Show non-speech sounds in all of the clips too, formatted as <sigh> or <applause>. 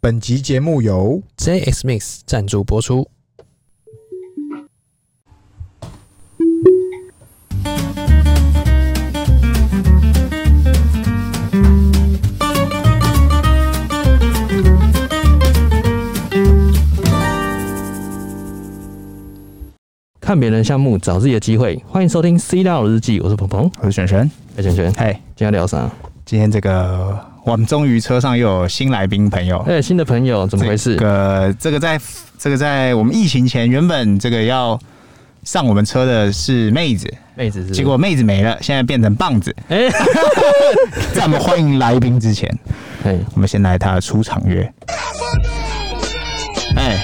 本集节目由 JX Mix 赞助播出。看别人项目，找自己的机会。欢迎收听《C 大佬日记》，我是鹏鹏，我是璇璇。哎，璇璇，今嘿，天要聊啥？今天这个我们终于车上又有新来宾朋友，哎、新的朋友，怎么回事？这个这个在这个在我们疫情前，原本这个要上我们车的是妹子，妹子是不是结果妹子没了，现在变成棒子。哎，在我们欢迎来宾 <laughs> 之前，哎，我们先来他的出场乐。哎，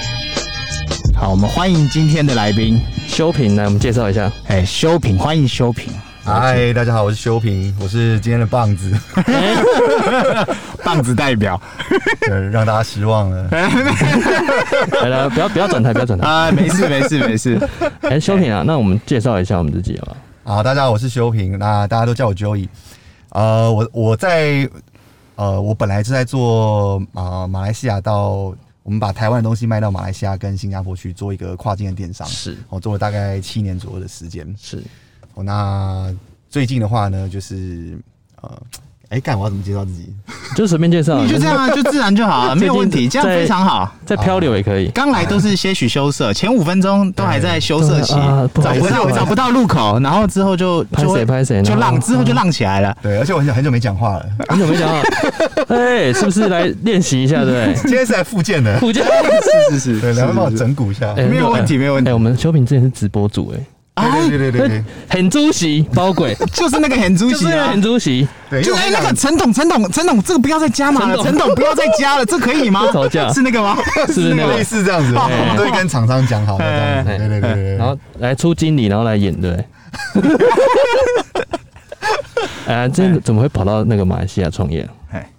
好，我们欢迎今天的来宾，修平来，我们介绍一下。哎，修平，欢迎修平。嗨，大家好，我是修平，我是今天的棒 <laughs> 子，棒子代表呃让大家失望了。来来，不要不要转台，不要 <laughs> 转台。啊、没事没事 <laughs> 没事，哎、修平啊，那我们介绍一下我们自己好吧？好，啊大家好，我是修平，那大家都叫我 Joey。呃，我我在呃，我本来是在做啊、呃马来西亚到我们把台湾的东西卖到马来西亚跟新加坡去做一个跨境的电商，是我、做了大概七年左右的时间。是，哦，那最近的话呢，就是呃，哎，干我要怎么介绍自己？就随便介绍啊，你就这样啊，就自然就好了，没有问题，这样非常好。在漂流也可以。刚来都是些许羞涩，前五分钟都还在羞涩期啊，不找好意不思到找不到路口，然后之后就拍就会谁拍谁就然后浪，之后就浪起来了。对，而且我很久很久没讲话了，哦很久没讲话， <laughs> 哎、是不是来练习一下，对不对？今天是来复健 <laughs> 的，普健，是是对，两位帮我整蛊一下。 <laughs> 哎没有问题，没有问哎、题我。们修平之前是直播主、哎，对对对对对哎，很猪席包鬼，就是那个很 <laughs> 猪就是席啊很。猪席，对，因为就我哎跟，你那讲个陈董，陈董，陈董，这个不要再加码了，陈陈董不要再加了，这可以吗？ <laughs> 吵架是那个吗？是不是那 <laughs> 类个？似这样子，我们都会跟厂商讲 <laughs> 好的这样哦哎子。对对对对然对。后来出经理，然后来演，对不 <laughs> 对？哎、这怎么会跑到那个马来西亚创业、啊？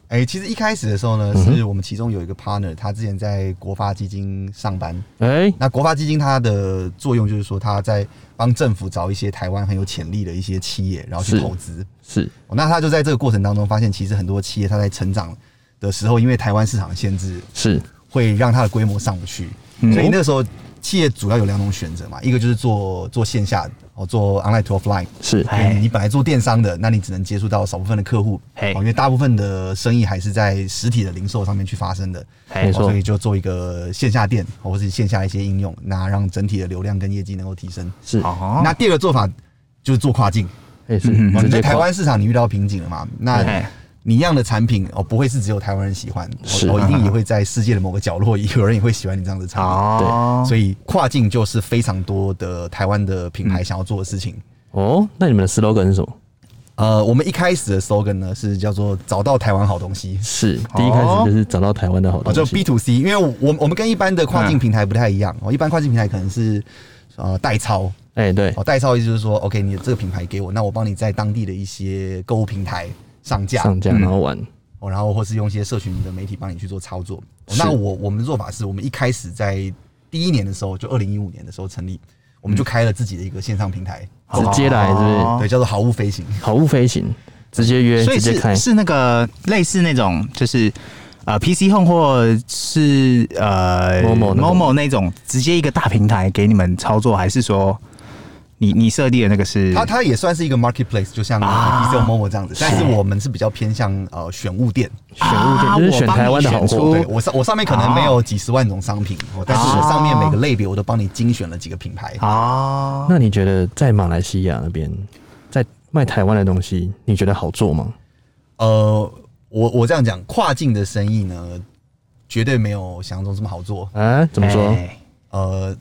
哎，其实一开始的时候呢，嗯是我们其中有一个 partner，他之前在国发基金上班。哎、那国发基金它的作用就是说，它在帮政府找一些台湾很有潜力的一些企业，然后去是投资。是哦那他就在这个过程当中发现，其实很多企业它在成长的时候，因为台湾市场的限制，是，会让它的规模上不去。嗯所以那时候企业主要有两种选择嘛，一个就是做做线下的哦，做 online to offline。是，哎你你本来做电商的，那你只能接触到少部分的客户，嘿哦因为大部分的生意还是在实体的零售上面去发生的，没哦错所以就做一个线下店，哦或是线下一些应用，那让整体的流量跟业绩能够提升。是，哦那第二个做法就是做跨境，哎、是，嗯哦直你在接台跨湾市场你遇到瓶颈了嘛？那哎你一样的产品哦，不会是只有台湾人喜欢，哦是啊哦，一定也会在世界的某个角落， <laughs> 有人也会喜欢你这样子的产品。哦，所以跨境就是非常多的台湾的品嗯牌想要做的事情。哦，那你们的 slogan 是什么？呃，我们一开始的 slogan 呢是叫做“找到台湾好东西是第一开始就是找到台湾的好”，哦，东西，就 B to C，因为我我们跟一般的跨境平台不太一样哦，一般跨境平台可能是呃代操哎、对，哦，代操意思就是说，OK，你这个品牌给我，那我帮你在当地的一些购物平台上架，上架嗯然后玩，哦，然后或是用一些社群的媒体帮你去做操作。哦是那我我们的做法是我们一开始在第一年的时候，就二零一五年的时候成立，我嗯们就开了自己的一个线上平台，直接来是不是？哦对，叫做好物飞行。好物飞行，直接约，所以直接开是，是那个类似那种就是。呃，PC Home 或是呃 Momo 那种 Momo 那种，直接一个大平台给你们操作，还是说你你设立的那个嗯是？它它也算是一个 marketplace，就像啊 DC Momo 这样子，但是我们是比较偏向呃选物店。选物店，啊就是选我帮你台湾的好选货啊出。对我上我上面可能没有几十万种商品，哦但是我上面每个类别我都帮你精选了几个品牌。哦，那你觉得在马来西亚那边，在卖台湾的东西，你觉得好做吗？呃，我我这样讲，跨境的生意呢，绝对没有想象中这么好做。啊，怎么说？哎呃，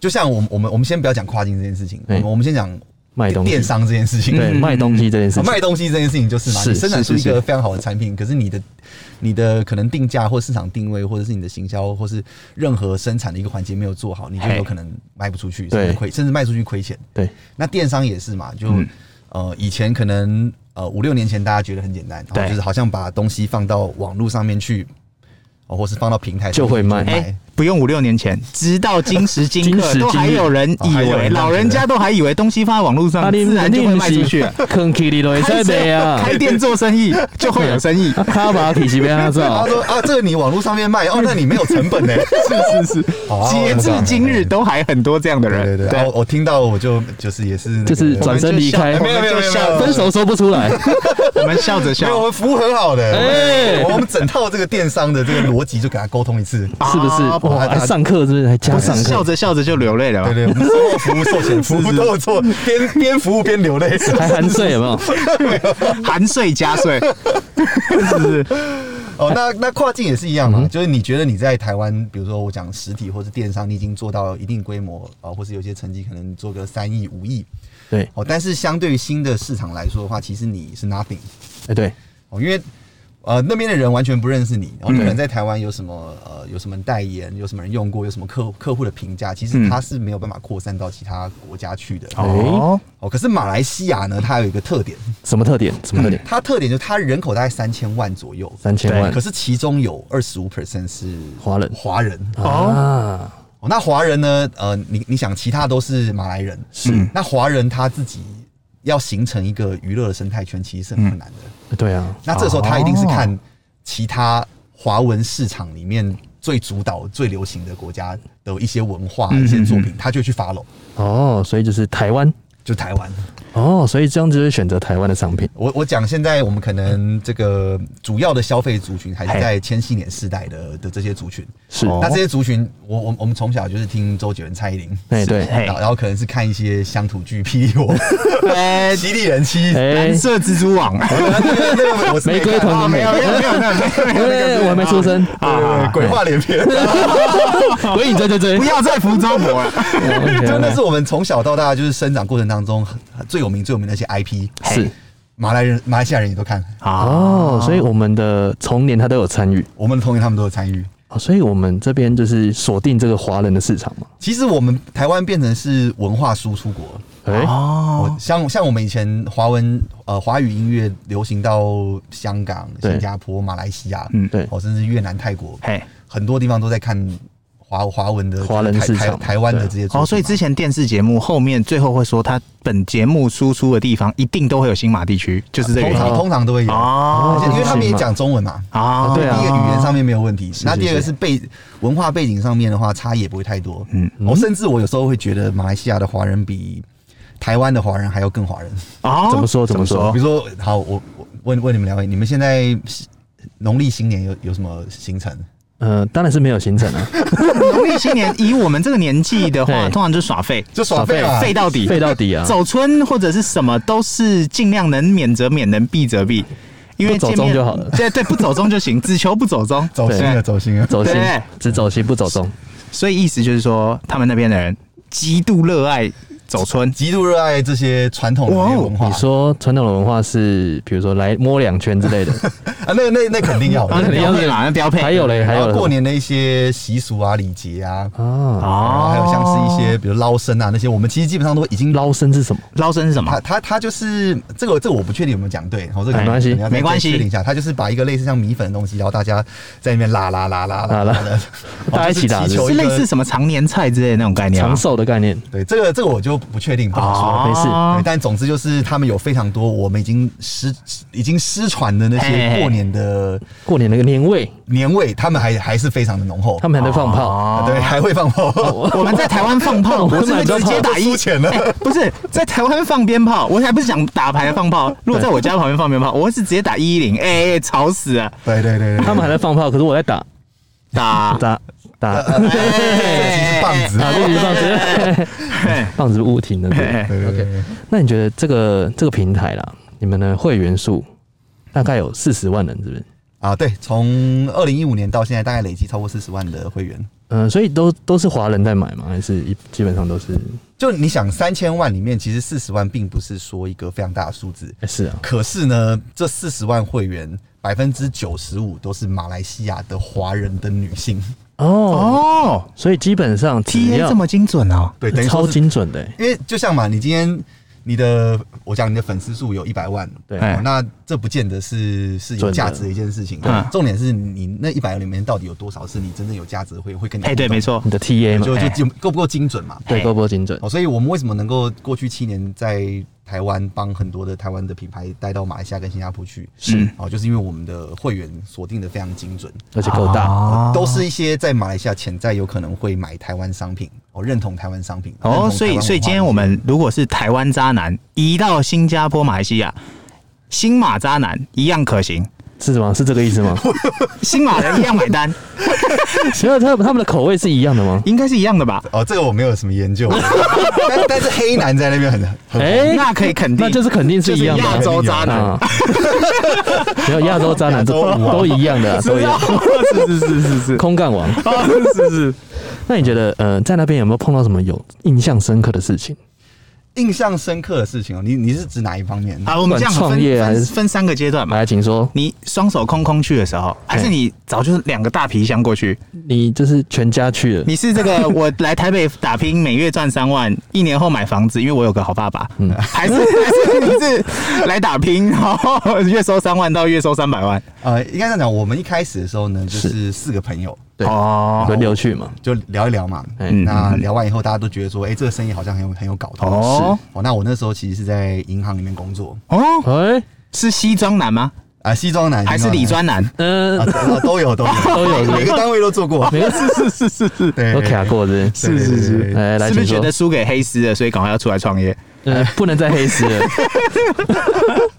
就像我们我们我们先不要讲跨境这件事情，我对们我们先讲卖东西电商这件事情。对，嗯卖东西这件事情，哦卖东西这件事情就是嘛，是你生产出一是是是个非常好的产品，可是你的你的可能定价或市场定位，或者是你的行销，或是任何生产的一个环节没有做好，你就嘿有可能卖不出去，对甚至亏，甚至卖出去亏钱。对，那电商也是嘛，就、嗯呃以前可能呃五六年前大家觉得很简单，对哦就是好像把东西放到网络上面去，哦，或是放到平台上面就会卖去哎，不用五六年前，直到今时今今刻时今日都还有人哦以还有人为，这样觉得老人家都还以为东西放在网络啊上，自然就会卖出 <laughs> 去了。坑起你落开塞呗车啊！开店做生 <laughs> 意就会有生意。啊，卡巴体是边那他做，说啊，这个你网络上面卖哦，那你没有成本呢。 <laughs> 是是是哦，截至今日都还很多这样的对人。对对，然后我听到我就就是也是那个就是转身离开我，们就笑，分手说不出来。我们笑着没有，我笑，们服务很好的，哎我们整套这个电商的这个逻辑就给他沟通一次。是啊不是？哇，还上课是不是？还加不上是笑课，着笑着就流泪了对吧？对，我们售后服务、售前 <laughs> 服务都有做，边边服务边流 <laughs> 泪。还含税有没有？ <laughs> 含税加税，是不是？哦，那那跨境也是一样嘛，就是你觉得你在台湾，比如说我讲实体或是电商，你已经做到一定规模啊、呃或是有些成绩可能做个三亿、五亿对，哦，但是相对于新的市场来说的话，其实你是 nothing 哎对，哦，因为。呃，那边的人完全不认识你，然后嗯可能在台湾有什么呃，有什么代言，有什么人用过，有什么客客户的评价，其实嗯它是没有办法扩散到其他国家去哎的。哦，哦，可是马来西亚呢，它有一个特点，什么特点？什么特点？它特点就是它人口大概三千万左右，三千万可是其中有二十五 percent 是华人华人。啊，哦，那华人呢？呃，你你想，其他都是马来人，是嗯那华人他自己要形成一个娱乐的生态圈，其实是很嗯困难的。对啊，那这时候他一定是看其他华文市场里面最主导、最流行的国家的一些文化、嗯一些作嗯品，他就去 follow，哦，所以就是台湾就台湾。哦，所以这样子就是选择台湾的商品。我我讲现在我们可能这个主要的消费族群还是嘿在千禧年世代嗯的的这些族群，是哦那这些族群，我我我们从小就是听周杰伦、蔡依林，哎对，嘿然后然后可能是看一些乡土剧《霹雳火》 <laughs> 哎《犀利人妻》<laughs> <laughs> 哎蓝，色蜘蛛网。那个我是没玫瑰看啊同没林有没有没有没有没哎，有，我还没出生，<laughs> 啊对对对鬼话连篇，哎鬼影追追追 <laughs> 哦不，要再福州博了。真的是我们从小到大就是生长过程当中很最有名最有名的一些 IP，是马来人、马来西亚人也都看，哦，所以我们的童年他都有参与。我们的同学他们都有参与。哦，所以我们这边就是锁定这个华人的市场嘛。其实我们台湾变成是文化输出国，哎、哦，我像像我们以前华文呃华语音乐流行到香港、对新加坡、马来西亚，嗯对哦，甚至越南、泰国，嘿，很多地方都在看华华文的华人台市场台台湾的对这些作品嘛。哦，所以之前电视节目后面最后会说，它本节目输出的地方一定都会有新马地区，就是这个通原因常通常都会有，哦而且因为他们也是吗讲中文嘛。啊对啊第一个语言上面没有问题，那是第二个是背文化背景上面的话，差异也不会太多。嗯嗯，我、甚至我有时候会觉得马来西亚的华人比台湾的华人还要更华人。哦，怎么说怎么说比如说，好，我我问问你们两位，你们现在农历新年有有什么行程？呃，当然是没有行程啊，农历新年以我们这个年纪的话， <laughs> 对通常就耍废，就耍废啊嘛废到底，废到底啊，走村或者是什么都是尽量能免则免，能避则避，因为不走见面中就好了对对，不走中就行，只求不走中，走心了，对走心了。走心对，只走心不走中。所以意思就是说，他们那边的人极度热爱走村，极度热爱这些传统的这些哇哦文化你说传统的文化是，比如说来摸两圈之类的，啊，那那那肯定要 <laughs> 啊，的那。定标配嘛，那标配还有嘞，还然有后嘞过年的一些习俗啊、礼节啊，啊，哦，还有像是一些比如捞生啊那些，我们其实基本上都已经捞生是什么？捞生是什么他？他他就是这个，这个我不确定有没有讲对，哦我这个没关系可能要再没关系确定一下，他就是把一个类似像米粉的东西，然后大家在那边拉拉拉拉拉拉拉拉的，啊大家一起打打，是求不是一类个似什么常年菜之类的那种概念吗长？寿的概念，对这个这个我就不确定不好说。没事哦对，但总之就是他们有非常多我们已经失已经失传的那嘿嘿些过年的过年那个年味，年味，他们还还是非常的浓厚啊他。们还在放炮，哦对， <laughs> 还会放炮，我们在台湾放炮，我是会直接 <laughs> 打一输。钱 <laughs> 了。哎不是在台湾放鞭炮，我还不是想打牌放炮。如果在我家旁边放鞭炮，我会是直接打一一零，哎，吵死了，对对对对，他们还在放炮，可是我在打 <laughs> 打打打，其实棒 <laughs> 子打这局棒子， <laughs> 棒子物体呢？对哎对对对对，那你觉得这个这个平台啦，你们的会员数大概有四十万人，是不是？啊，对，从二零一五年到现在，大概累积超过四十万的会员。嗯、所以都都是华人在买吗？还是一基本上都是？就你想，三千万里面，其实四十万并不是说一个非常大的数字。哎是啊，可是呢，这四十万会员百分之九十五都是马来西亚的华人的女性， <laughs> 哦，哦所以基本上只，TA 要这么精准哦，对，等于超说是，精准的、欸，因为就像嘛，你今天你的我讲你的粉丝数有一百万，对哦那这不见得是是有价值的一件事情。准的重点是你那一百里面到底有多少是你真正有价值的会会跟你哎，对，互动没，错你，的 TA 嘛，就就哎精够不够精准嘛？对，够不够精准？哦，所以我们为什么能够过去七年在台湾帮很多的台湾的品牌带到马来西亚跟新加坡去？是哦，就是因为我们的会员锁定的非常精准，而且够大，哦都是一些在马来西亚潜在有可能会买台湾商品，哦，认同台湾商品。认同哦，所台以湾所以文化今天我们如果是台湾渣男移到新加坡、马来西亚，新马渣男一样可行，是吗？是这个意 <laughs> 思吗？新马人一样买 <laughs> 单，其实他们他们的口味是一样的吗？应该是一样的吧？哦，这个我没有什么 <laughs> 研究，但但是黑男在那边很很哎、那可以肯定，那就是肯定是一样的就是亚洲渣男， <laughs> 啊，没有亚洲渣男都亚洲都一样的啊，都一样， <laughs> 是是是是是，空干王。 <laughs> 哦是是那你觉得，呃，在那边有没有碰到什么有印象深刻的事情？印象深刻的事情哦。你你是指哪一方面？好，我们这样创分业还分是分三个阶段嘛。来，请说，你双手空空去的时候，还是嘿你早就是两个大皮箱过去？你就是全家去了，你是这个我来台北打拼，每月赚三万，一年后买房子，因为我有个好爸爸。嗯，还是 <laughs> 还是你是来打拼，然后月收三万到月收三百万？呃，应该这样讲，我们一开始的时候呢，就是四个朋友对哦轮流去嘛？就聊一聊嘛。哎嗯那聊完以后，大家都觉得说，哎、这个生意好像很有很有搞头。哦哦，那我那时候其实是在银行里面工作哦，哎，是西装男吗？啊、西装男还是西理装专男？嗯、男啊，都有都有都有是不是每个单位都做过，没有，啊是是是是对，都卡过是不是，对，哎是是是对对对哎，来，是不请是觉说得，输给黑丝了，所以赶快要出来创业？呃，不能再黑丝了，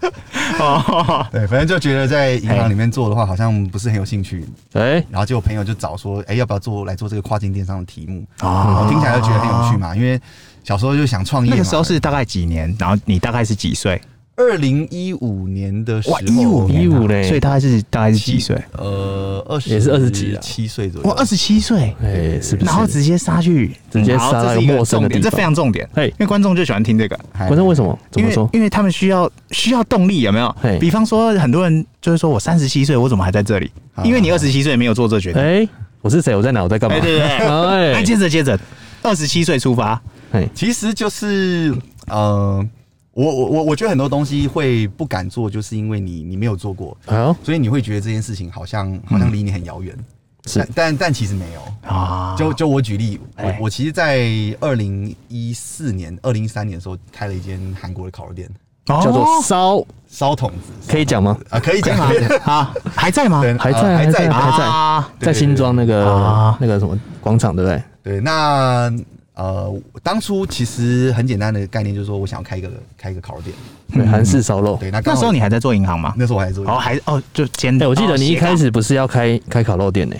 <laughs> <laughs> 哦，对，反正就觉得在银行里面做的话，好像不是很有兴趣。哎，然后结果朋友就找说，哎、要不要做来做这个跨境电商的题目？哦我听起来就觉得很有趣嘛，因为小时候就想创业嘛。那个时候是大概几年？然后你大概是几岁？二零一五年的时候，年15嘞啊所以大概是大概是几岁？呃，二十也是20几啊七岁左右。我二十七岁，哎，是不然后是？直接杀去，直接嗯好杀到这是一一个陌个生的重点，地这方非常重点。嘿因为观众就喜欢听这个，还哎观众为什么？怎因么为说？因为他们需要需要动力，有没有嘿？比方说，很多人就是说我三十七岁，我怎么还在这里？啊因为你二十七岁没有做这决定。哎，我是谁？我在哪？我在干嘛？哎，对 <laughs> 对对。哎，哎接着接着，二十七岁出发，哎，其实就是呃，我我我我觉得很多东西会不敢做，就是因为你你没有做过，好，所以你会觉得这件事情好像好像离你很遥远。哎是但但但其实没有。嗯啊，就就我举例，我哎我其实，在二零一四年、二零一三年的时候，开了一间韩国的烤肉店，哦叫做烧，烧筒子可以讲吗？啊，可以可以讲吗可以讲啊，还在吗？对还呃在，还在还在。啊对在新庄那个啊那个什么广场，对不对？对，那呃，当初其实很简单的概念就是说我想要开一个开一个烤肉店，嗯对，韩式烧肉。对，那刚那好时候你还在做银行吗？那时候我还做，哦，还哦，就兼。嗯哎，我记得你一开哦始不是要开开烤肉店呢，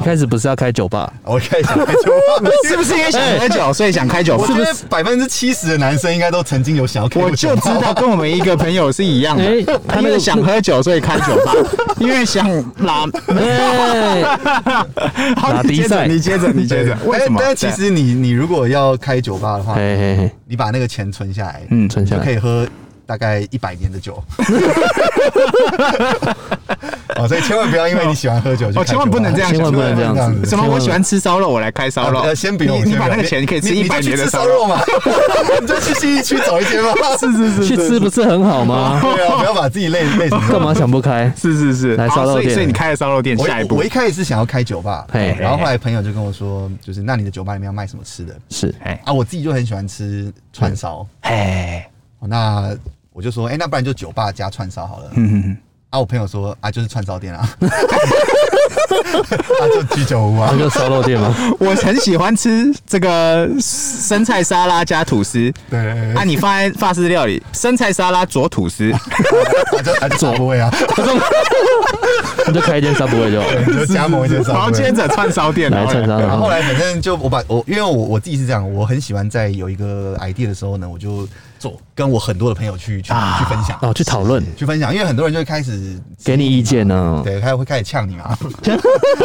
一开始不是要开酒 <laughs> 吧？我开始想开酒吧斜杠是不是因为想喝酒，所以想开酒吧？哎我觉得百分之七十的男生应该都曾经有想要 <laughs> 开我过酒就吧知道跟我们一个朋友是一样的，哎他他那因个为想喝酒所以开酒 <laughs> 吧，因为想拉哎，打比赛哎你接着，你接着，你接着为什么？哎但但其实你你如果要开酒吧的话，嘿嘿嘿，你把那个钱存下来，嗯存你下就可来。以喝大概一百年的酒。 <laughs> 哦，所以千万不要因为你喜欢喝酒就哦千万不能这样千万不能这样千万不能这样子子对，什么？千万我喜欢吃烧肉，我来开烧啊肉。呃先不用，你先你不把用那个钱可以吃你一你百就去年的吃烧肉。肉嘛， <laughs> 你就去新一区找一间嘛。 <laughs> 是是是去吃 <laughs> 不是很好吗？对啊，不要把自己累累成这样干嘛想不开？是是是，来好烧肉所以店所以你开了烧肉店，我下一一步我一开始是想要开酒吧，嘿然后后来朋友就跟我说，就是那你的酒吧里面要卖什么吃的 <laughs> 是哎啊？我自己就很喜欢吃串烧，哎哦嗯那我就说，哎、那不然就酒吧加串烧好了。嗯，啊，我朋友说啊，就是串烧店啊， <laughs> 啊就居酒屋啊那，哦就烧肉 <laughs> 店吗？嗯 <laughs> 我很喜欢吃这个生菜沙拉加吐司。对对对啊，你放在法式料理，生菜沙拉佐吐司，对，啊就啊就左位啊，你就开一间 Subway 就好了。对就加盟一些然后烧接着串烧店，啊来串烧然后然后后来反正就我把我，因为我我自己是这样，我很喜欢在有一个 idea 的时候呢，我就做跟我很多的朋友去去、去分享，哦，去讨论，去分享，因为很多人就会开始给你意见哦呢。对，他会开始呛你嘛。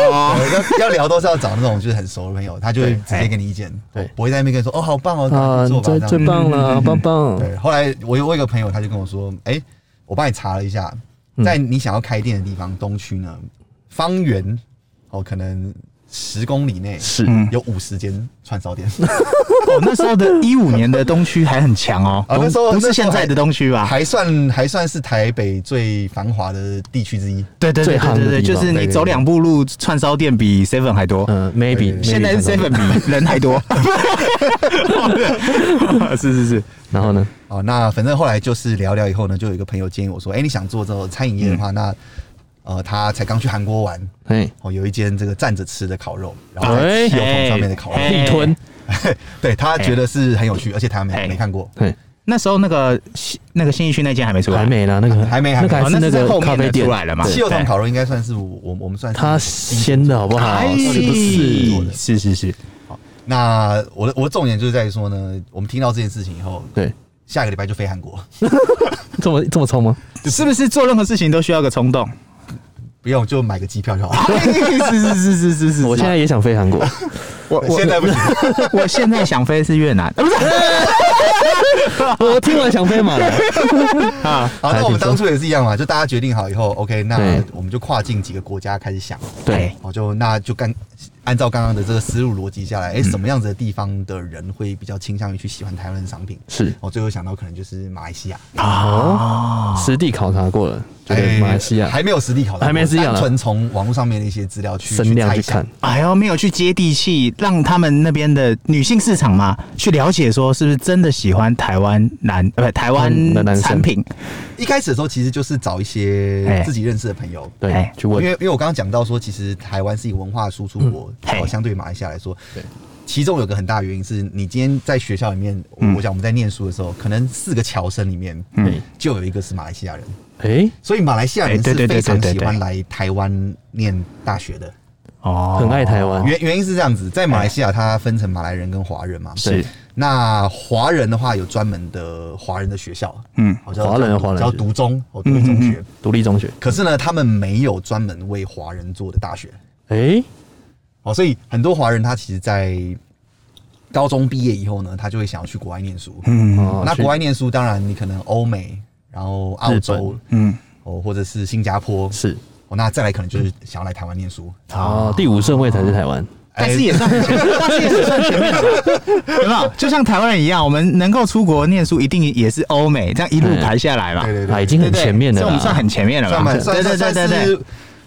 哦，对要要聊都是要找那种就是很熟的朋友，他就会直接给你意见，对不会在那边跟你说哦，好棒哦，赶啊，紧你做最吧，这最样棒子。嗯了，棒棒。对，后来我有我有一个朋友，他就跟我说，哎、我帮你查了一下，在你想要开店的地方东区呢，方圆哦，可能十公里内是嗯有五十间串烧店，哦，那时候的一五年的东区还很强 <laughs> 哦，啊东那时候不那时候是现在还的东区吧？还算还算是台北最繁华的地区之一。对对对最夯对的对，对地就方是对你对走对两步路，串烧店比 Seven 还多。嗯，maybe 现在是 maybe Seven 比人还多。 <laughs> 是是是，然后呢？哦，那反正后来就是聊聊以后呢，就有一个朋友建议我说，哎、你想做这种餐饮业的嗯话，那呃，他才刚去韩国玩，哎，哦，有一间这个站着吃的烤肉，然啊后在哎汽油桶上面的烤肉，哎力吞， <laughs> 对他觉得是很有趣，而且他哎没没看过。哎，那时候那个西那个新义区那间还没出来，还没啦，那个还没还那没个还哦是那是在个后咖面啡的店出来了嘛。汽油桶对烤肉应该算是我我我们算是它先的好不好？哎啊是不是？是是是，那我的我的重点就是在于说呢，我们听到这件事情以后，对，下个礼拜就飞韩国， <laughs> 这么这么冲吗？是不是做任何事情都需要个冲动？不用就买个机票就好了。哎是是是是是啊是，我现在也想飞韩 <laughs> 国，我我现 <laughs> 在不行，我现在想飞是越南，啊不是我听完想飞马 <laughs> 来。啊，好，那我们当初也是一样嘛，就大家决定好以后，OK，那对我们就跨境几个国家开始想，对，哦，就那就干按照刚刚的这个思路逻辑下来，哎、嗯什么样子的地方的人会比较倾向于去喜欢台湾的商品？哦是我、最后想到可能就是马来西亚，哦，实地考察过了，觉得马来西亚哎还没有实地考察，还没实地考察单纯从网络上面的一些资料去声量去去猜想看，哎呦，没有去接地气，让他们那边的女性市场嘛，去了解说是不是真的喜欢台湾男，呃，不台湾嗯的男生产品，一开始的时候其实就是找一哎些自己认识的朋友。对哎，去因为问嗯因为我刚刚讲到说，其实台湾是一个文化输出国，嘿哦，相对于马来西亚来说，对，其中有个很大的原因是你今天在学校里面，嗯我想我们在念书的时候，可能四个侨生里面，嗯就有一个是马来西亚人，哎，所以马来西亚人哎对是对对非常对对喜欢对来台湾念大学的。哦哎很爱台湾，原原因是这样子，在马来西亚它分成马来人跟华人嘛。是，那华人的话有专门的华人的学校，嗯，哦叫华人的华人叫学读中，哦，读中学。独立中学，可是呢，他们没有专门为华人做的大学，哎，哦，所以很多华人他其实，在高中毕业以后呢，他就会想要去国外念书。嗯哦那去国外念书，当然你可能欧美，然后澳洲日，嗯，哦，或者是新加坡，是哦，那再来可能就是想要来台湾念书。哦，第五顺位才是台湾，但是 <laughs> 也算很前面，但是也是算前面的吧，有没有？就像台湾人一样，我们能够出国念书，一定也是欧美，这样一路排下来嘛，对对啊，对，已经对很不对前面的所以了我们算啦，很前面了算吧？蛮算对对对对对，，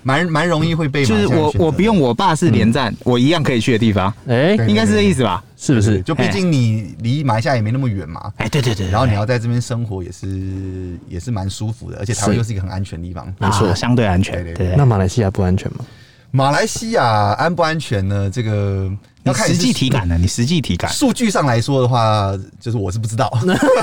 蛮蛮容易会被就是我我不用我，我爸是连战，我一样可以去的地方，哎，嗯对应该是这意思吧？是不是？就毕竟你离马来西亚也没那么远嘛。哎，对对对，然后你要在这边生活也是也是蛮舒服的，而且台湾是又是一个很安全的地方。没错，相对安全，对对对对对。那马来西亚不安全吗？马来西亚安不安全呢？这个你要看你实是际体感的，你实际体感数据上来说的话，就是我是不 <laughs> 知道。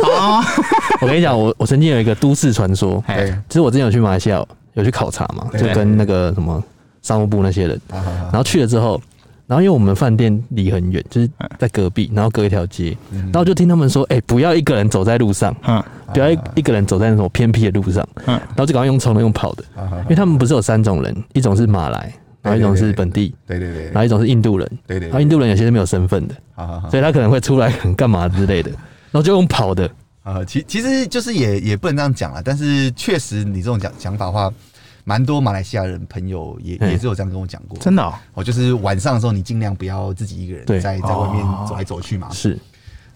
哦， <laughs> 我跟你讲，我我曾经有一个都市传说，哎对其实我之前有去马来西亚有去考察嘛，对就跟那个什么商务部那些人，啊啊啊然后去了之后，然后因为我们饭店离很远，就是嗯在隔壁，然后隔一条街，然后就听他们说，哎、不要一个人走在路上，啊嗯不要一一个人走在那种偏僻的路上，嗯然后就赶快用冲的用跑的，啊啊因为他们不是有三种人，一种是马来，然后一种是本地，对对对然，后一种是印度人，对对对啊然后印度人有些是没有身份的，好好好。所以他可能会出来 <laughs> 可能干嘛之类的，然后就用跑的，呃，其其实就是也也不能这样讲啦，但是确实你这种讲讲法的话，蛮多马来西亚人朋友也嗯也是有这样跟我讲过。真的哦，哦，就是晚上的时候你尽量不要自己一个人对在在外面走来走去嘛。是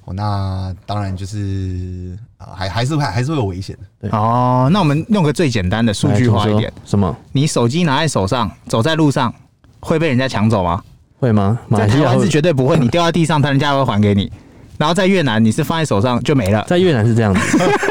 哦，那当然就是啊、还还是会还是会有危险的。对哦，那我们用个最简单的数据化一来点请，说什么？你手机拿在手上，走在路上会被人家抢走吗？会吗？马在来西台亚湾会是绝对不会，你掉在地上，他人家会还给你。然后在越南，你是放在手上就没了，在越南是这样子，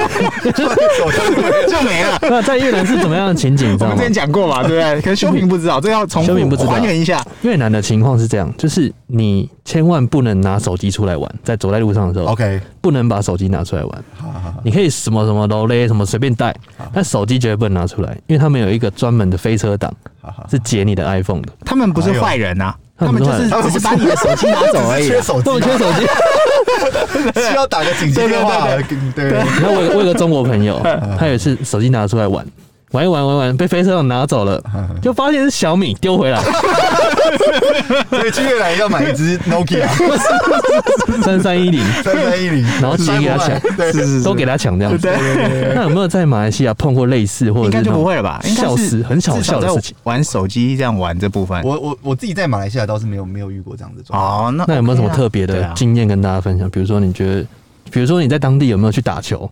<laughs> 就没了。那在越南是怎么样的情景？你知我道们吗之前？讲过嘛，对不对？可是修平不知道，这要重复修平不知道还原一下。越南的情况是这样，就是你千万不能拿手机出来玩，在走在路上的时哦候 OK，不能把手机拿出来玩。好好好，你可以什么什么楼嘞，什么随便带，但手机绝对不能拿出来，因为他们有一个专门的飞车党好好是截你的 iPhone 的，他们不是坏人啊，哎他呦们就是他们只是不是把你的手机拿走而已缺啊。手机他 <laughs> 们缺嘛，手机。需要打个紧急电话。对对对你看我有我有个中国朋友，嗯他有一次手机嗯 <laughs> 拿出来玩，玩一玩玩一玩，被飞车党拿走了，就发现是小米丢回来，所以去越南要买一只 Nokia 三三一零，三三一零，然后直接给他抢三 <laughs> 万对，是是都给他抢这样子。那有没有在马来西亚碰过类似或者应该是就那种不会了吧？应该是笑死，很小至笑少的在事情？玩手机这样玩这部分。我我我自己在马来西亚倒是没有没有遇过这样的状况。哦，那那有没有什么 OK 啊特别对的啊经验跟大家分享？比如说，你觉得，比如说你在当地有没有去打球？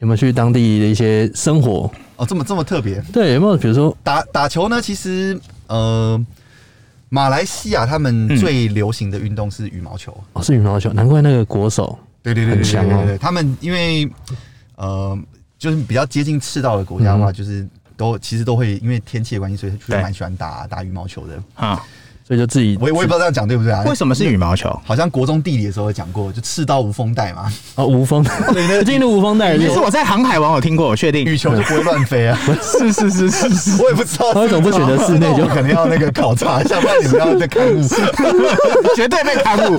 有没有去当地的一些生活？哦，这么这么特别。对，有没有比如说打打球呢，其实呃，马来西亚他们嗯最流行的运动是羽毛球。哦是羽毛球？难怪那个国手对对对很对强哦对对对，他们因为呃，就是比较接近赤道的国家的话，嗯就是都其实都会因为天气的关系，所以就对蛮喜欢打打羽毛球的。啊？所以就自己我也我也不知道这样讲对不对啊？为什么是羽毛球？好像国中地理的时候有讲过，就赤道无风带嘛，哦无风， <laughs> 进入无风带其是实我在航海王有听过，我确定羽球就不会乱飞啊。是是是是是。我也不知道，他为什么不选择室内就我可能要那个考察一下，不然你们要再看误。 <laughs> 绝对被刊 <laughs> 物，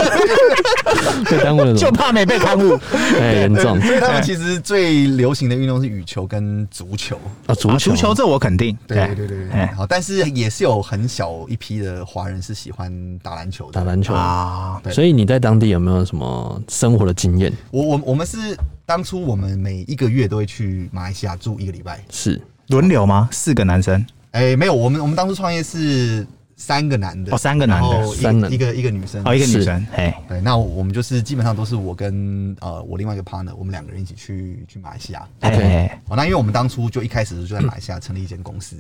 被耽误了什就么，怕没被刊 <laughs> 物。哎，严重所以他们其实最流行的运动是羽球跟足球。啊！足啊足球球这我肯定，对对对对对，哎好，但是也是有很小一批的华人是喜欢打篮球的。打篮球，啊，对所以你在当地有没有什么生活的经验？我我我们是当初我们每一个月都会去马来西亚住一个礼拜。是轮流吗？四个男嗯生，哎、没有，我们我们当初创业是三个男的，哦三个男的然后一三个人一个一个女生。哦，一个女是生，哎，对，那我们就是基本上都是我跟呃我另外一个 partner，我们两个人一起去去马来西亚。哎 OK 哎，哦，那因为我们当初就一开始就在马来西亚成立一间公司，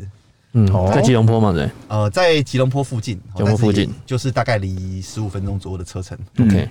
嗯哦，在吉隆坡嘛，对呃，在吉隆坡附近，哦吉隆坡附近但是也就是大概离十五分钟左右的车程。嗯，OK，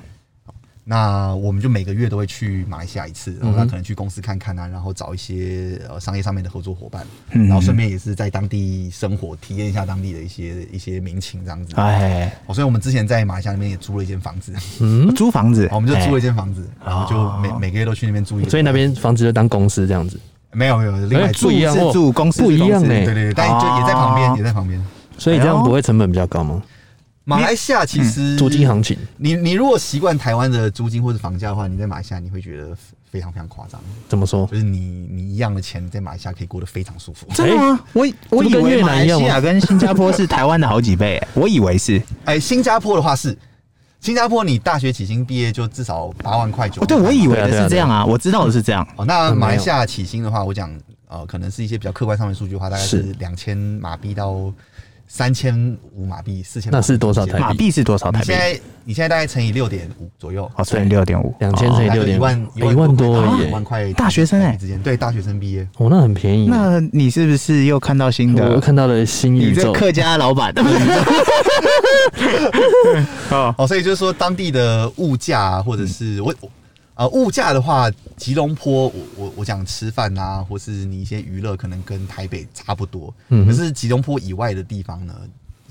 那我们就每个月都会去马来西亚一次，然嗯后哼那可能去公司看看啊，然后找一些呃商业上面的合作伙伴，嗯然后顺便也是在当地生活，体验一下当地的一些一些民情这样啊子。哎，哦，所以我们之前在马来西亚那边也租了一间房子，哦嗯，租房子，我们就租了一哎间房子，然后就每每个月都去那边住一个。哦所以那边房子就当公司这样子，没有没有另哎外不住一一样样，是哦，住公司不一样公司哎对对，对，但就也在旁哦边，也在旁边。所以这样不会成本比较高吗？马来西亚其实嗯租金行情你你如果习惯台湾的租金或者房价的话，你在马来西亚你会觉得非常非常夸张，怎么说就？是你你一样的钱，你在马来西亚可以过得非常舒服。真的吗？我以我以这不哎跟为越马南来一样西吗亚跟新加坡是台湾的好几倍，哎我以为是。哎、新加坡的话是，新加坡你大学起薪毕业就至少八万块九哦，万对，块嘛。我以为对啊的对啊是这样啊，我知道的是这样。哦，那马来西亚起薪的话，我讲呃，可能是一些比较客观上面的数据的话，大概是是两千马币到三千五马币，四千那是多少台币马币是多少台你币现？在你现在大概乘以六点五左右，哦，乘以六点五，两千乘以哦大概6.5一万哎一万多块而已一万块大学生哎之间，对大学生毕业。哦，那很便宜耶。那你是不是又看到新我又的？看到了新你宇这宙，客家老板， <laughs> 哦，哦，所以就是说当地的物价、啊、或者是嗯我。我呃，物价的话，吉隆坡我我我讲吃饭啊，或是你一些娱乐，可能跟台北差不多。嗯哼可是吉隆坡以外的地方呢，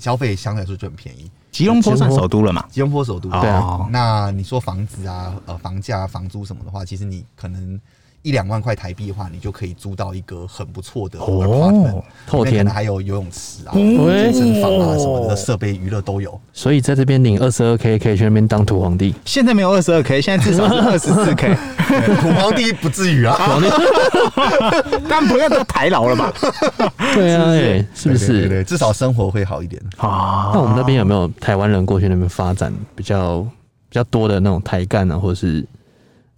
消费相对来说就很便宜。吉隆坡算首都了嘛？吉隆坡首都，哦对啊那你说房子啊，呃，房价、房租什么的话，其实你可能一两万块台币的话，你就可以租到一个很不错的 apartment，、哦透里天哦面可能还有游泳池啊、嗯健身房啊什么的设备、娱乐都 <laughs> 有。所以在这边领二十二 k 可以去那边当土皇帝。现在没有二十二 k，现在至少是二十 <laughs> 四 k，对土皇帝不至于啊，但不要到台劳了吧？对啊，哎，是不对对是？对，至少生活会好一点。啊那我们那边有没有台湾人过去那边发展比较比较多的那种台干啊，或者是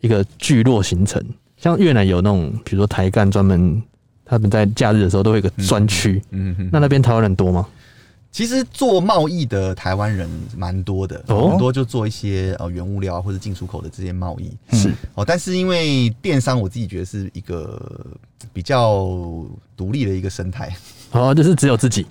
一个聚落形成？像越南有那种，比如说台干专门，他们在假日的时候都会有一个专区。嗯哼，那那边台湾人多吗？其实做贸易的台湾人蛮多的，哦很多就做一些呃原物料啊或者进出口的这些贸易。是哦，但是因为电商，我自己觉得是一个比较独立的一个生态。哦，就是只有自己。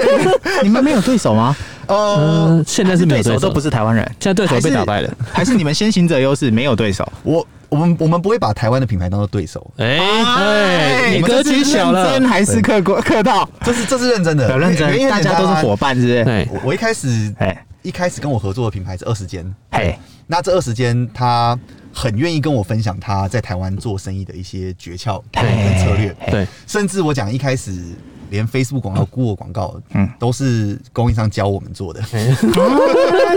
<laughs> 你们没有对手吗？呃，嗯，现在是没有对对手手都不是，是台湾人，现在对手被打败了。还是你们先行者优势，没有对手？我我们我们不会把台湾的品牌当做对手， <laughs> 哎哎，你格局小了真。还是客过客套？这是这是认真的，很认原因真，很大简家单都是啊伙伴，是不是？对，我我一开始哎一开始跟我合作的品牌是二十间，嘿， <laughs> 那这二十间他很愿意跟我分享他在台湾做生意的一些诀窍对哎跟策略，对，甚至我讲一开始连 Facebook 广告、Google 广告，嗯嗯，都是供应商教我们 <laughs> 做的。 <laughs>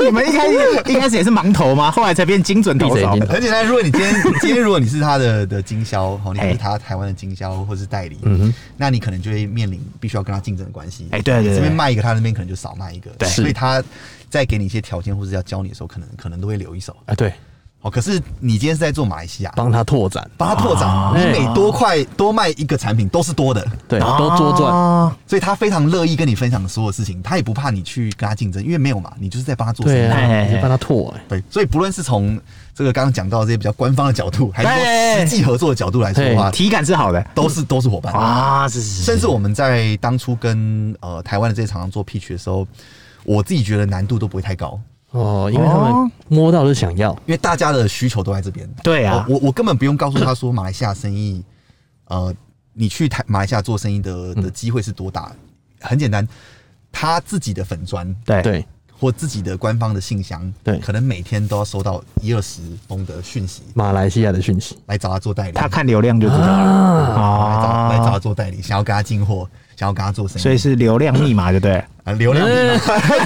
你们一开始一开始也是盲投吗？后来才变精准投闭着手眼。睛很简单，如果你今天今天如果你是他的的经销，哦好，你可能哎是他台湾的经销或是代理，嗯哼，那你可能就会面临必须要跟他竞争的关系。哎对对对你这边卖一个，他那边可能就少卖一个，对所以他在给你一些条件或是要教你的时候，可能可能都会留一手。啊对，哦，可是你今天是在做马来西亚，啊帮他拓展，帮他拓展，你哎每多块多卖一个产品都是多的，对，啊都多赚，哦所以他非常乐意跟你分享所有事情，他也不怕你去跟他竞争，因为没有嘛，你就是在帮他做生对意。哎啊，你就帮他拓，哎对，所以不论是从这个刚刚讲到的这些比较官方的角度，还哎是说实际合作的角度来说的话，体感是好的都是都是伙伴。啊，是是甚是，至我们在当初跟呃台湾的这些厂商做 pitch 的时候，我自己觉得难度都不会太高，哦，因为他们摸到就想要，因为大家的需求都在这边。对啊我我我根本不用告诉他说马来西亚生意，呃，你去台马来西亚做生意的嗯的机会是多大，很简单，他自己的粉砖对对，或自己的官方的信箱，对可能每天都要收到一二十封的讯息马来西亚的讯息来找他做代理，他看流量就知道了啊，来找来找他啊，做代理，想要跟他进货，想要跟他做生意，所以嗯是流量密码，对不对？啊流量密码 <laughs>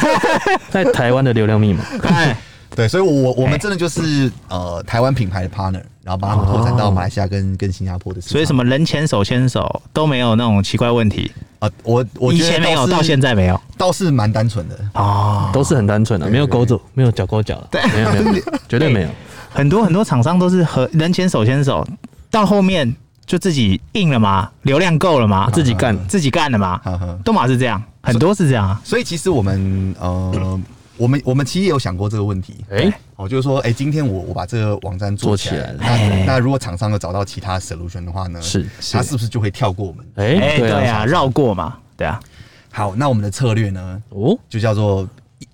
在台湾的流量密码，哎，对，所以我，我我哎哦们真的就是呃台湾品牌的 partner，然后把他们拓展到马来西亚跟跟新加坡的市场。所以什么么人前手牵手都没有那种奇怪问题，啊、我我以觉得前没有，倒是到现在没有倒是蛮单纯的。哦，都是很单纯的，没有勾走，没有脚勾脚了，没有没 <laughs> 有，没有绝对没有，很多很多厂商都是和人前手牵手，到后面就自己硬了嘛，流量够了嘛，自己干，自己干了嘛呵呵，都嘛是这样，很多是这样啊。所以其实我们呃，我们我们其实也有想过这个问题。哎，哦，就是说，哎、今天我我把这个网站做起来，做起来了那那如果厂商有找到其他 solution 的话呢，是他是不是就会跳过我们？哎，哎，对对啊，啊，绕过嘛，对啊，好，那我们的策略呢，哦，就叫做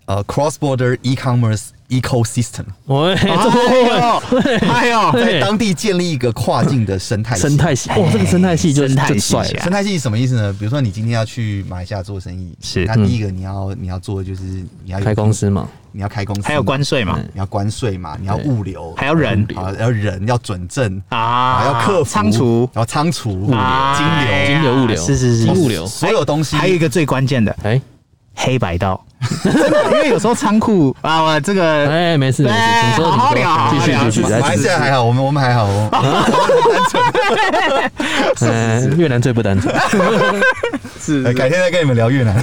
呃 cross border e-commerce ecosystem，喂，啊这哎呦， <laughs> 哎呦，对在当地建立一个跨境的生态系生态系，哇，这个生态系就哎生态系就帅了，啊生态系是什么意思呢？比如说你今天要去马来西亚做生意，是那第一个你要你要做的就是你要有开公，司嘛，你要开公司嘛，还有关税嘛，你要关税嘛，你要物流，还有人啊，要人要准证啊，要客服仓储然后仓储、啊物流、金哎流，呀金流物流是是是金物流所有东西啊还有一个最关键的哎黑白 <laughs> 道，真的，因为有时候仓库啊，我这个哎，没事没事，哎请说好好请聊说，继好好聊续继续，马来来继西续亚还好，我们我们还好，我们 <laughs> 嗯，越南最不单纯，哎是呃改天再跟你们聊越南。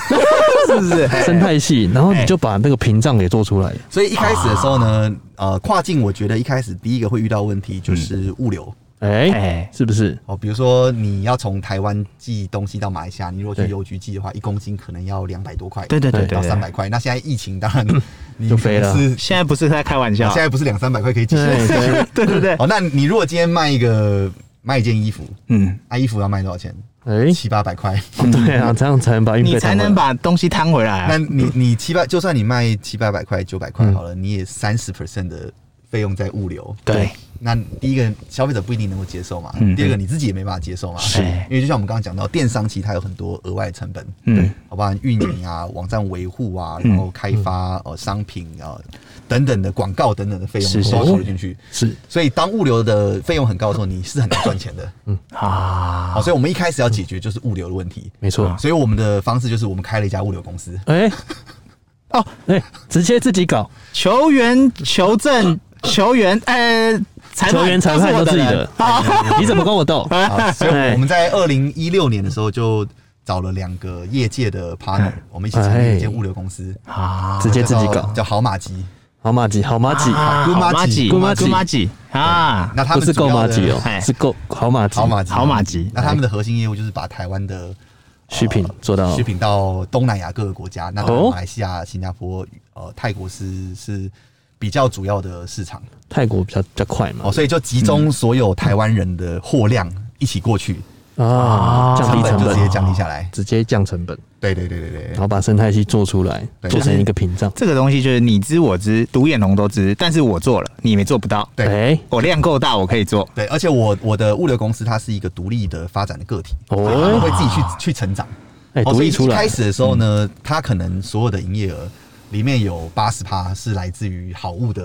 是不是？生态系，然后你就把那个屏障给做出来， <laughs> 所以一开始的时候呢，呃，跨境我觉得一开始第一个会遇到问题就是物流。哎哎，是不是？哦，比如说你要从台湾寄东西到马来西亚，你如果对去邮局寄的话，一公斤可能要两百多块，对对对对哎到对三百块。那现在疫情 <laughs> 当然你就飞了可能是现在不是在开玩笑现，在不是两三百块可以寄。 <laughs> 对对， <laughs> 对对对，哦，那你如果今天卖一个卖一件衣服，嗯，啊，衣服要卖多少钱？哎，七八百块。 <laughs> 对啊，这样才能把运费你才摊回来能把东西摊回来那啊。你你七八，就算你卖七八百块、九百块嗯好了，你也三十 percent 的费用在物流。对，那第一个消费者不一定能够接受嘛，嗯第二个你自己也没办法接受嘛，是因为就像我们刚刚讲到，电商其实它有很多额外的成本，嗯，好不好？运营 <clears throat> 啊、网站维护啊，然后开发呃商品啊等等的广告等等的费用嗯是是都要考虑进去。是所以当物流的费用很高的时候，你是很难赚钱的。啊好，，所以我们一开始要解决就是物流的问题。没错，所以我们的方式就是我们开了一家物流公司。哎，哦，哎，直接自己搞，球员、球证、球员，呃，裁判球员裁判都自己的，啊你怎么跟我 <laughs> 斗？啊，所以哎我们在二零一六年的时候就找了两个业界的 partner，我们一起成立一间物流公司， <laughs> 啊，哎直接自己叫搞，叫好马吉。好马吉，好马吉，啊， Gumaji 好马吉， Gumaji 古马吉啊，那他不们是够马吉主要的哎哦，是够好马吉，好马吉，好马吉那他们的核心业务就是把台湾的续品做到食品到东南亚各个国家，那当哦然马来西亚、新加坡、呃泰国是是比较主要的市场泰国比较比较快嘛哦，，所以就集嗯中所有台湾人的货量一起过去，啊，降低成成本就直接本，降低下来。直接降成本，对对对对对然后把生态系做出来，对做成一个屏障。这个东西就是你知我知，独眼龙都知，但是我做了，你没做不到。对哎，我量够大，我可以做。对，而且我我的物流公司它是一个独立的发展的个体，哦所以他们会自己去去成长。哎，哦独所以立出一来嗯开，始的时候呢，它可能所有的营业额里面有八十趴是来自于好物的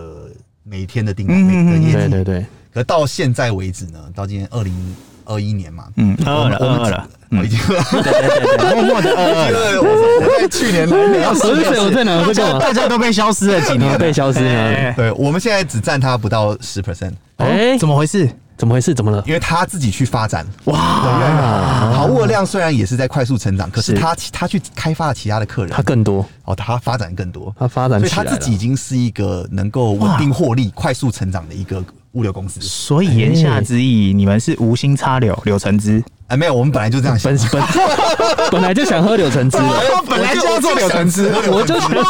每天的订单嗯嗯嗯每的业对绩。对对，可到现在为止呢，到今年二零二一年嘛，嗯，二二了，我二们啊哦二了，嗯已经对对对对，默默的二二 <laughs> 因了，为我我在去年来没有 <laughs> 我是谁？我在哪？我在干嘛？大家都被消失了几你们年，被消失了？哎，对，我们现在只占他不到十 percent，哎哦哎，，怎么回事？怎么回事？怎么了？因为他自己去发展。哇，啊，好物量虽然也是在快速成长，可是是他他去开发了其他的客人，他更多，哦，他发展更多，他发展所以起来他了自己已经是一个能够稳定获利、快速成长的一个物流公司。所以言下之意，你们是无心插柳，柳橙汁。哎，没有，我们本来就这样想本。 <laughs> 本本来就想喝柳橙汁了，本来就要做柳橙汁，我就想 <laughs> 要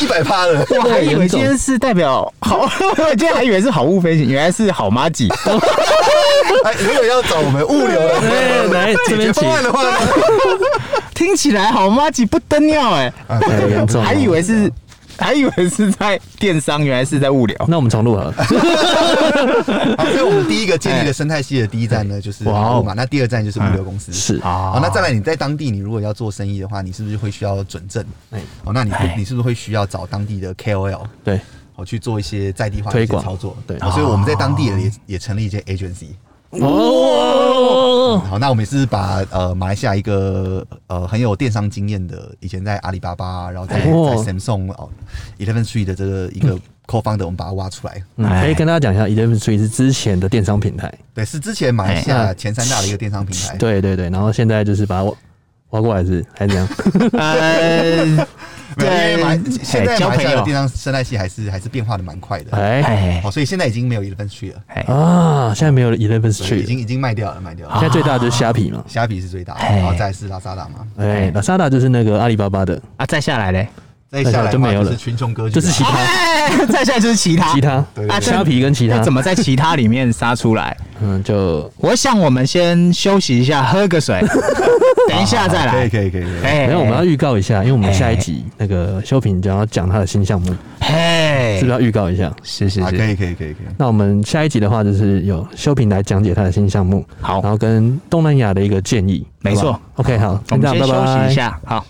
一百趴了。我还以为今天是代表好， <laughs> 我今天还以为是好物飞行，原来是好妈吉。哎，如果要找我们物流 <laughs> 哎的来这解决边请方案的话，听起来好妈吉不得了哎、哎哎严重了还以为是，还以为是在电商，原来是在物 <laughs> 流。那我们重录好了。好所以我们第一个建立的生态系的第一站呢，就是哎哇网哦哎络嘛。那第二站就是物流公司。是啊好好，那再来，你在当地，你如果要做生意的话，你是不是会需要准证？哎哦，那你会哎你是不是会需要找当地的 KOL？ <laughs> 对，哦，去做一些在地化的推一些广操作，对啊哦所以我们在当地也也也成立一些 agency。哦，好，那我们也是把呃马来西亚一个呃很有电商经验的，以前在阿里巴巴，然后在在哦 Samsung 哦 Eleven Three 的这个一个 co-founder，我们把它挖出来。嗯可以跟大家讲一下，Eleven Tree 是之前的电商平台，对，是之前马来西亚哎前三大的一个电商平台。对对对，然后现在就是把它挖挖过来是还是这样，呃，没有，因为马对现在哎交马朋来西亚的友电商生态系还是还是变化的蛮快的。 <laughs> 哎哎哦，所以现在已经没有 Eleven Three 了，哎，啊，现在没有 Eleven 对已 Tree，经啊已经卖掉了，卖掉现了。在最大的就是虾皮嘛，虾皮是最大的，哎然后再来是拉萨达嘛，哎，拉萨达就是那个阿里巴巴的，啊，再下来嘞，再下来就的话没有就是了群雄割据就啊了，是其他哎，再下来就是其他其他啊对对对哎虾皮跟其那他怎，么在其他里面杀出来？嗯，就我想我们先休息一下，喝个 <laughs> 水，等一下再可以来。可以可以可以。哎没有，我们要预告一下，因为我们下一集那个修平就要讲他的新项目，是嘿哎不是，要预告一下？是是啊，可是，以可以可以可以。那我们下一集的话，就是有修平来讲解他的新项目，好然后跟东南亚的一个建议，没好错不好。OK，好，我先这们样，拜先休拜息一。下，好，